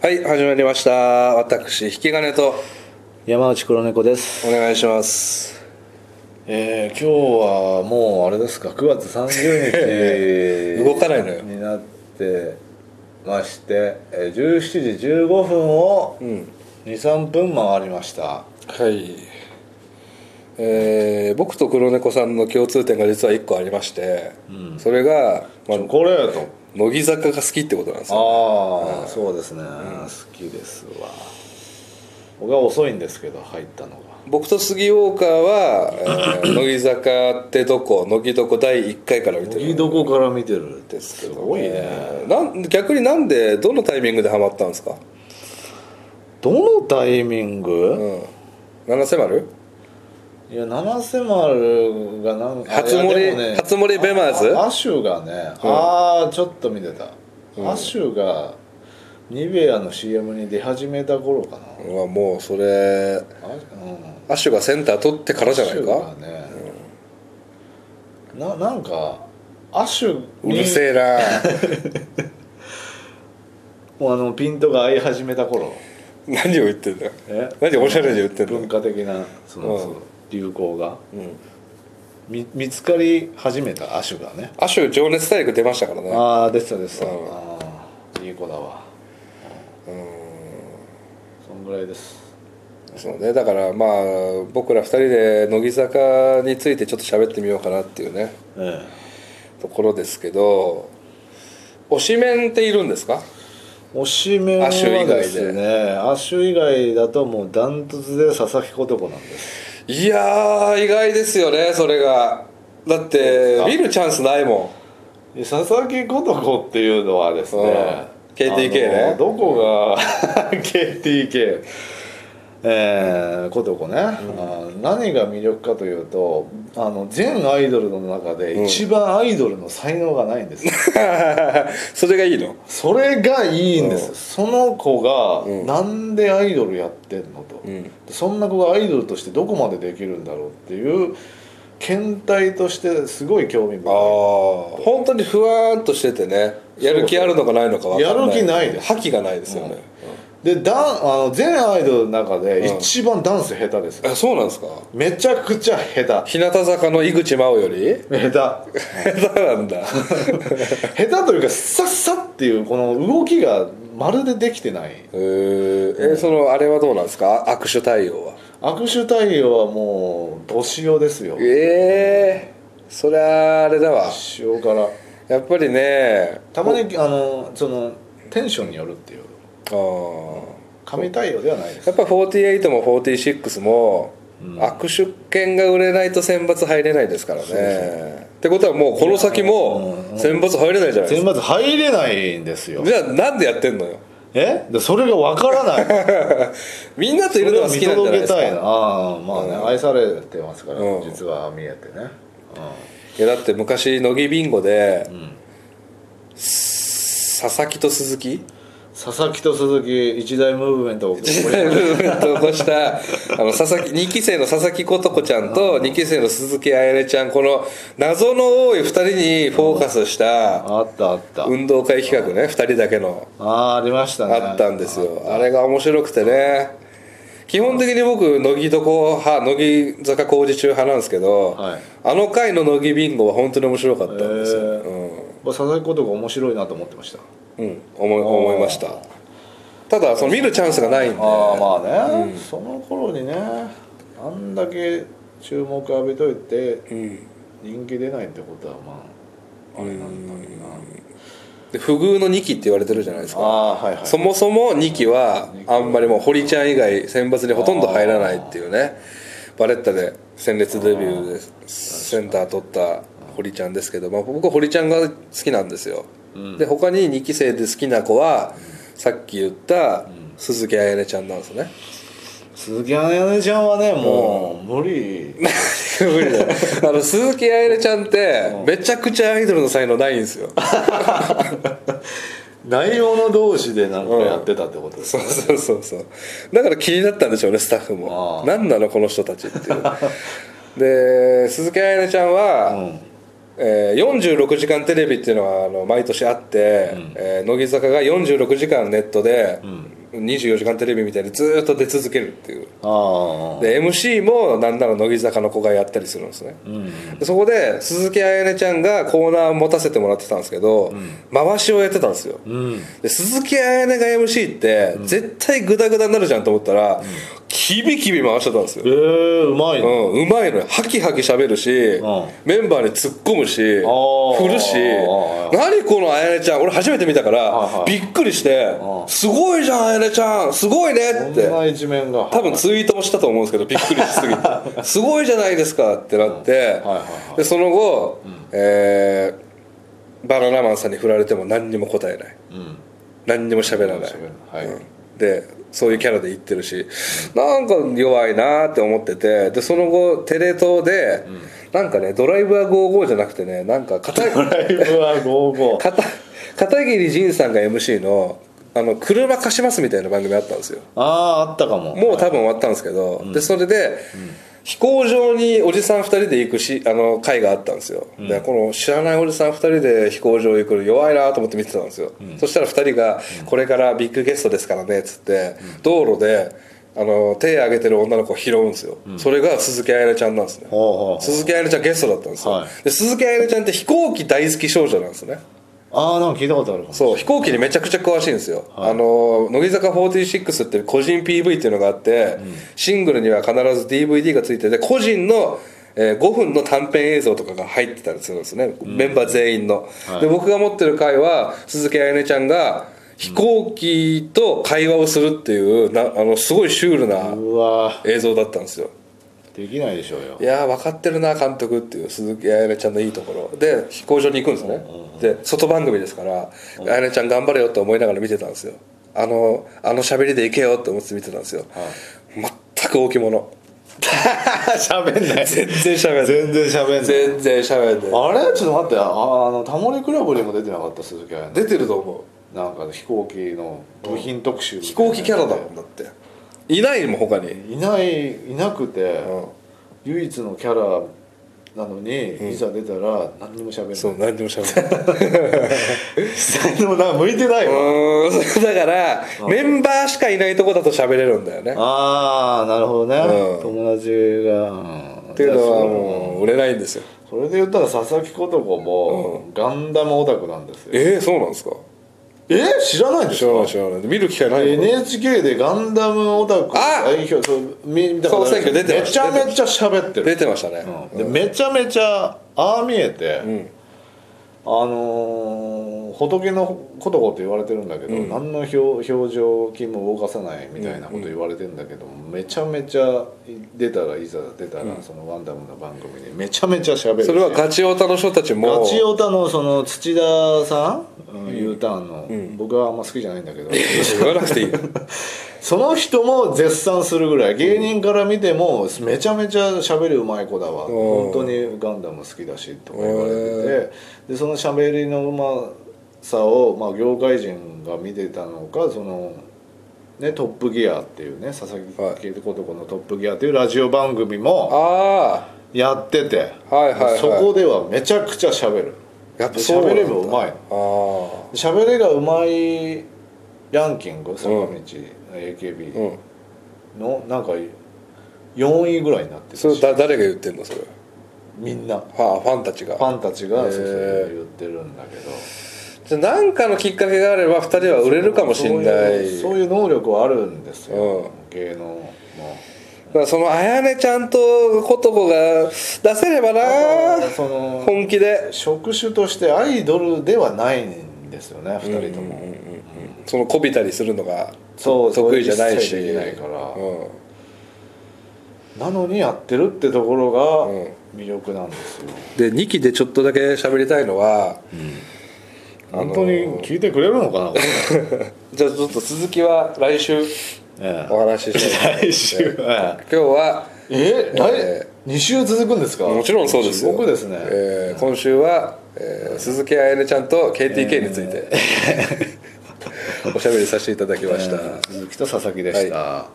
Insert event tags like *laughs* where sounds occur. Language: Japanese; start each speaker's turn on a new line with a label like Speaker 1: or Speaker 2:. Speaker 1: はい始まりました私引き金と
Speaker 2: 山内黒猫です、
Speaker 1: お願いします
Speaker 2: えー、今日はもうあれですか9月30 *laughs* 日
Speaker 1: 動かないのよ
Speaker 2: になってまして、えー、17時15分を
Speaker 1: うん
Speaker 2: 23分回りました
Speaker 1: はいえー、僕と黒猫さんの共通点が実は1個ありまして、それが、まあ、
Speaker 2: これやと
Speaker 1: 乃木坂が好きってことなんですよ
Speaker 2: ああ、そうですね、好きですわ僕は遅いんですけど入ったの
Speaker 1: 僕と杉岡は、
Speaker 2: *clears throat*
Speaker 1: えー乃木坂ってどこ乃木どこ第1回から見
Speaker 2: が
Speaker 1: て
Speaker 2: 乃木
Speaker 1: る
Speaker 2: どこから見てるって
Speaker 1: ですけ
Speaker 2: す
Speaker 1: ど、
Speaker 2: ごいね
Speaker 1: なん逆になんでどのタイミングでハマったんですか、
Speaker 2: どのタイミング、
Speaker 1: うん、七瀬丸
Speaker 2: いや七瀬丸がなんか
Speaker 1: 初
Speaker 2: いや
Speaker 1: 森
Speaker 2: でもね
Speaker 1: 初森ベマーズ
Speaker 2: ああアシュがね、ああちょっと見てた、アシュがニベアの CM に出始めた頃かな、
Speaker 1: うわもうそれ
Speaker 2: あうん
Speaker 1: アッシュがセンター取ってからじゃない
Speaker 2: ア
Speaker 1: か
Speaker 2: シュがね、ななんかアシュ
Speaker 1: う
Speaker 2: に
Speaker 1: るせえな
Speaker 2: もうあのピントが合い始めた頃
Speaker 1: *laughs* 何を言ってんだよ
Speaker 2: え
Speaker 1: 何おしゃれで言ってんの
Speaker 2: 文化的なその、
Speaker 1: うん
Speaker 2: その流行が
Speaker 1: うん
Speaker 2: み見つかり始めたアシュがね
Speaker 1: アッシュ情熱大陸出ましたからね
Speaker 2: ああでしたでした、
Speaker 1: うん
Speaker 2: ああいい子だわそんぐらいです
Speaker 1: そうねだからまあ僕ら二人で乃木坂についてちょっと喋ってみようかなっていうね
Speaker 2: え
Speaker 1: ところですけど推しメンっているんですか
Speaker 2: え推しメン
Speaker 1: ア
Speaker 2: は
Speaker 1: シュ以外で
Speaker 2: ですねアッシュ以外だともうダントツで佐々木琴子なんです
Speaker 1: いやー意外ですよねそれがだって見るチャンスないも
Speaker 2: で佐々木琴子っていうのはですね、
Speaker 1: うん KTK ね
Speaker 2: あのどこが *laughs* KTK えー、琴子ね、あー何が魅力かというとあの全アイドルの中で一番アイドルの才能がないんですよ、
Speaker 1: ん *laughs* それがいいの
Speaker 2: それがいいんです、
Speaker 1: う
Speaker 2: その子が、
Speaker 1: うん
Speaker 2: なんでアイドルやってんのと、
Speaker 1: うん
Speaker 2: そんな子がアイドルとしてどこまでできるんだろうっていう検体としてすごい興味
Speaker 1: ああ
Speaker 2: 深
Speaker 1: 本当に不安としててねやる気あるのかないのか分かんない
Speaker 2: やる気ないです
Speaker 1: 覇気がないですよね、
Speaker 2: いでダンあの全アイドルの中で
Speaker 1: うん
Speaker 2: 一番ダンス下手です、
Speaker 1: あそうなんですか
Speaker 2: めちゃくちゃ下手
Speaker 1: 日向坂の井口真央より
Speaker 2: 下
Speaker 1: 下手なん
Speaker 2: *laughs*
Speaker 1: だ
Speaker 2: 手下手というかさっさっていうこの動きがまるでできてない
Speaker 1: えーえそのあれはどうなんですか握手対応は
Speaker 2: 握手対応はもう年をですよ
Speaker 1: ええそりゃあれだわ
Speaker 2: 年をから
Speaker 1: やっぱりね
Speaker 2: たまにあのそのテンションによるっていう
Speaker 1: あー
Speaker 2: 神対応ではないです
Speaker 1: やっぱ48も46も
Speaker 2: うん
Speaker 1: 握手券が売れないと選抜入れないですからね、
Speaker 2: う
Speaker 1: ってことはもうこの先も
Speaker 2: うんうん
Speaker 1: 選抜入れないじゃないです
Speaker 2: 選
Speaker 1: か
Speaker 2: 抜入れないんですよ
Speaker 1: じゃあなんでやってんのよ
Speaker 2: えでそれがわか
Speaker 1: *laughs*
Speaker 2: らない
Speaker 1: みんなと
Speaker 2: そ
Speaker 1: いる
Speaker 2: れ
Speaker 1: の
Speaker 2: は
Speaker 1: が好
Speaker 2: 見
Speaker 1: きなんじゃない
Speaker 2: 届
Speaker 1: で
Speaker 2: け
Speaker 1: すか
Speaker 2: たいなああまあね、
Speaker 1: うん
Speaker 2: 愛されてますから、
Speaker 1: うん
Speaker 2: 実は見えてね、
Speaker 1: いやだって昔乃木ビンゴで、
Speaker 2: ん
Speaker 1: す佐々木と鈴木
Speaker 2: うん、佐々木と鈴木一大ムーブメントを
Speaker 1: 時 *laughs* 代ムーブメントを起こしたあの佐々木2期生の佐々木琴子ちゃんと2期生の鈴木彩音ちゃんこの謎の多い2人にフォーカスした
Speaker 2: あったあった、
Speaker 1: 運動会企画ね2人だけの
Speaker 2: ああありましたね
Speaker 1: あったんですよあれが面白くてね基本的に僕乃木どこ派乃木坂工事中派なんですけど、
Speaker 2: はい
Speaker 1: あの回の乃木ビンゴは本当に面白かったんですよ、
Speaker 2: へーまあ佐々木ことが面白いなと思ってました
Speaker 1: うん、うん、思い思いましたただその見るチャンスがないんで
Speaker 2: ああまあね、その頃にねあんだけ注目浴びといて
Speaker 1: うん
Speaker 2: 人気出ないってことはまああれなんだろうな
Speaker 1: で不遇の2期って言われてるじゃないです
Speaker 2: あ
Speaker 1: か
Speaker 2: あはいはい
Speaker 1: そもそも2期はあんまりもう堀ちゃん以外選抜にほとんど入らないっていうねバレッタで鮮烈デビューでセンター取った堀ちゃんですけど、まあ、僕は堀ちゃんが好きなんですよ、
Speaker 2: うん
Speaker 1: で他に2期生で好きな子はさっき言った鈴木彩音ちゃんなんですね *laughs*
Speaker 2: 鈴木彩音ちゃんはねもう無理
Speaker 1: 無理だよあの鈴木彩音ちゃんってめちゃくちゃアイドルの才能ないんですよ
Speaker 2: *laughs* 内容の同士でなんかやってたってことです
Speaker 1: そう
Speaker 2: ね
Speaker 1: そうそうそうだから気になったんでしょうねスタッフも
Speaker 2: あー
Speaker 1: 何なのこの人たちっていうで鈴木彩音ちゃんは、
Speaker 2: うん
Speaker 1: えー、46時間テレビっていうのはあの毎年あって、えー乃木坂が46時間ネットで、24時間テレビみたいにずーっと出続けるっていう
Speaker 2: ああ
Speaker 1: で MC もなんなら乃木坂の子がやったりするんですね、
Speaker 2: うん
Speaker 1: でそこで鈴木彩音ちゃんがコーナー持たせてもらってたんですけど、回しをやってたんですよ、
Speaker 2: うん
Speaker 1: で鈴木彩音が MC って絶対グダグダになるじゃんと思ったら、キビキビ回してたんですよ
Speaker 2: ええー、うまいね、
Speaker 1: うん、うまいのよハキハキ喋るし、
Speaker 2: ん
Speaker 1: メンバーに突っ込むし振
Speaker 2: ー
Speaker 1: るし
Speaker 2: あ
Speaker 1: 何このあやねちゃん俺初めて見たから、
Speaker 2: はいはい
Speaker 1: びっくりして
Speaker 2: うん
Speaker 1: すごいじゃんあやねちゃんすごいねっ
Speaker 2: こ
Speaker 1: て
Speaker 2: んな一面が
Speaker 1: 多分ツイートもしたと思うんですけどびっくりしすぎて
Speaker 2: *laughs*
Speaker 1: すごいじゃないですかってなって、
Speaker 2: うんはいはいはい
Speaker 1: でその後、えーバナナマンさんに振られても何にも答えない
Speaker 2: うん
Speaker 1: 何にも喋らない
Speaker 2: 喋るはい、
Speaker 1: でそういうキャラで言ってるしなんか弱いなーって思っててでその後テレ東で、なんかねドライブは55じゃなくてねなんか片
Speaker 2: ドライブは55
Speaker 1: 片片桐仁さんが MC のあの車貸しますみたいな番組あったんですよ
Speaker 2: あ *laughs* ああったかも
Speaker 1: もう多分終わったんですけど、でそれで、飛行場におじさん2人で行くしあの会があったんですよ、でこの知らないおじさん2人で飛行場行くの弱いなと思って見てたんですよ、そしたら2人が「これからビッグゲストですからね」っつって、道路であの手挙げてる女の子を拾うんですよ、それが鈴木彩音ちゃんなんですね、
Speaker 2: ほうほうほう
Speaker 1: 鈴木彩音ちゃんゲストだったんですよ、
Speaker 2: はい
Speaker 1: で鈴木彩音ちゃんって飛行機大好き少女なんですね
Speaker 2: ああなんか聞いたことあるかも
Speaker 1: そう飛行機にめちゃくちゃ詳しいんですよ、あの乃木坂46っていう個人 PV っていうのがあって、シングルには必ず DVD がついてて個人の、えー5分の短編映像とかが入ってたりするんですね、メンバー全員の、
Speaker 2: はい
Speaker 1: で僕が持ってる回は鈴木彩音ちゃんが飛行機と会話をするっていうなあのすごいシュールな
Speaker 2: うわ
Speaker 1: 映像だったんですよ
Speaker 2: できないでしょうよ
Speaker 1: いやー分かってるな監督っていう鈴木彩音ちゃんのいいところで飛行場に行くんですね、で外番組ですから彩音ちゃん頑張れよって思いながら見てたんですよあのあの喋りで行けよって思って見てたんですよ、全く大き者
Speaker 2: *laughs* 喋んない
Speaker 1: 全然喋んない
Speaker 2: 全然喋んない
Speaker 1: 全然喋んない
Speaker 2: あれちょっと待ってああの「タモリクラブ」にも出てなかった鈴木彩音
Speaker 1: 出てると思う
Speaker 2: なんか飛行機の部品特集みたい
Speaker 1: 飛
Speaker 2: な
Speaker 1: 行機キャラだもんだっていないもん他に
Speaker 2: いないいなくて、
Speaker 1: うん
Speaker 2: 唯一のキャラなのに、いざ出たら何にも喋
Speaker 1: そう
Speaker 2: ん
Speaker 1: 何にも喋ん *laughs* ない
Speaker 2: ないでもなんか向いてないうわ、
Speaker 1: ーんだからメンバーしかいないとこだと喋れるんだよね
Speaker 2: ああなるほどね、
Speaker 1: うん
Speaker 2: 友達が、うん
Speaker 1: っていうのはもう売れないんですよ
Speaker 2: それで言ったら佐々木琴子も、ガンダムオタクなんですよ
Speaker 1: えー、そうなんですか
Speaker 2: え知らないでし
Speaker 1: 知らな
Speaker 2: ょ
Speaker 1: い知らない見る機会ないもん
Speaker 2: NHK でガンダムオタク
Speaker 1: あ
Speaker 2: 代表そうみだから
Speaker 1: 総選挙出て
Speaker 2: め
Speaker 1: まし
Speaker 2: ち
Speaker 1: た
Speaker 2: ゃめちゃ喋ってる
Speaker 1: 出てましたね、
Speaker 2: でめちゃめちゃああ見えて、
Speaker 1: ん
Speaker 2: あのー仏のことこと言われてるんだけど、何の表表情筋も動かさないみたいなこと言われてるんだけど、めちゃめちゃ出たらいざ出たら、その「ワンダム」の番組でめちゃめちゃ喋るし
Speaker 1: それはガチオタの人たちも
Speaker 2: ガチオタのその土田さん、うん、U ターンの、僕はあんま好きじゃないんだ *laughs* けど
Speaker 1: 言わなく
Speaker 2: *laughs*
Speaker 1: ていいよ
Speaker 2: その人も絶賛するぐらい芸人から見てもめちゃめちゃ喋りうまい子だわ
Speaker 1: お
Speaker 2: 本
Speaker 1: ー
Speaker 2: 当にガンダム好きだしとか言われててでその喋りのうまさを、まあ、業界人が見てたのかその、ね「トップギア」っていうね佐々木圭子とこの「トップギア」っていうラジオ番組も
Speaker 1: あ
Speaker 2: やってて、
Speaker 1: はいはいはい
Speaker 2: そこではめちゃくちゃ喋る
Speaker 1: あやっぱそうなんだ
Speaker 2: 喋ればうまい
Speaker 1: あ
Speaker 2: 喋りがうまいランキング坂道、AKB、
Speaker 1: あうん
Speaker 2: のなんか4位ぐらいになってる
Speaker 1: それだ誰が言ってんのそれフ
Speaker 2: みんなフ
Speaker 1: ァンファンたちが
Speaker 2: ァンたちが
Speaker 1: へ
Speaker 2: そ
Speaker 1: ー
Speaker 2: うそう言ってるんだけど
Speaker 1: じゃあなんかのきっかけがあれば2人は売れるかもしんない
Speaker 2: そういうそういう能力はあるんです
Speaker 1: う
Speaker 2: よ芸能も
Speaker 1: だからそのあやねちゃんとことこが出せれば
Speaker 2: ただ
Speaker 1: な
Speaker 2: その
Speaker 1: 本気で
Speaker 2: 職種としてアイドルではないんですよね2人とも
Speaker 1: そのこびたりするのが
Speaker 2: そう
Speaker 1: 得意じゃないし
Speaker 2: それ一切できないから
Speaker 1: うん
Speaker 2: なのにやってるってところ
Speaker 1: うん
Speaker 2: が魅力なんですよ
Speaker 1: で2期でちょっとだけ喋りたいのはあのー
Speaker 2: 本当に聞いてくれるのかなこれ
Speaker 1: じゃあちょっと続きは来週
Speaker 2: え
Speaker 1: *laughs* お話ししたい
Speaker 2: え来週は
Speaker 1: 今日は
Speaker 2: え
Speaker 1: え
Speaker 2: 来2週続くんですか
Speaker 1: もちろんそうですよ
Speaker 2: 僕ですね
Speaker 1: えー今週は、えー鈴木彩音ちゃんと KTK につい *laughs* て、おしゃべりさせていただきました、
Speaker 2: えー鈴木と佐々木でした、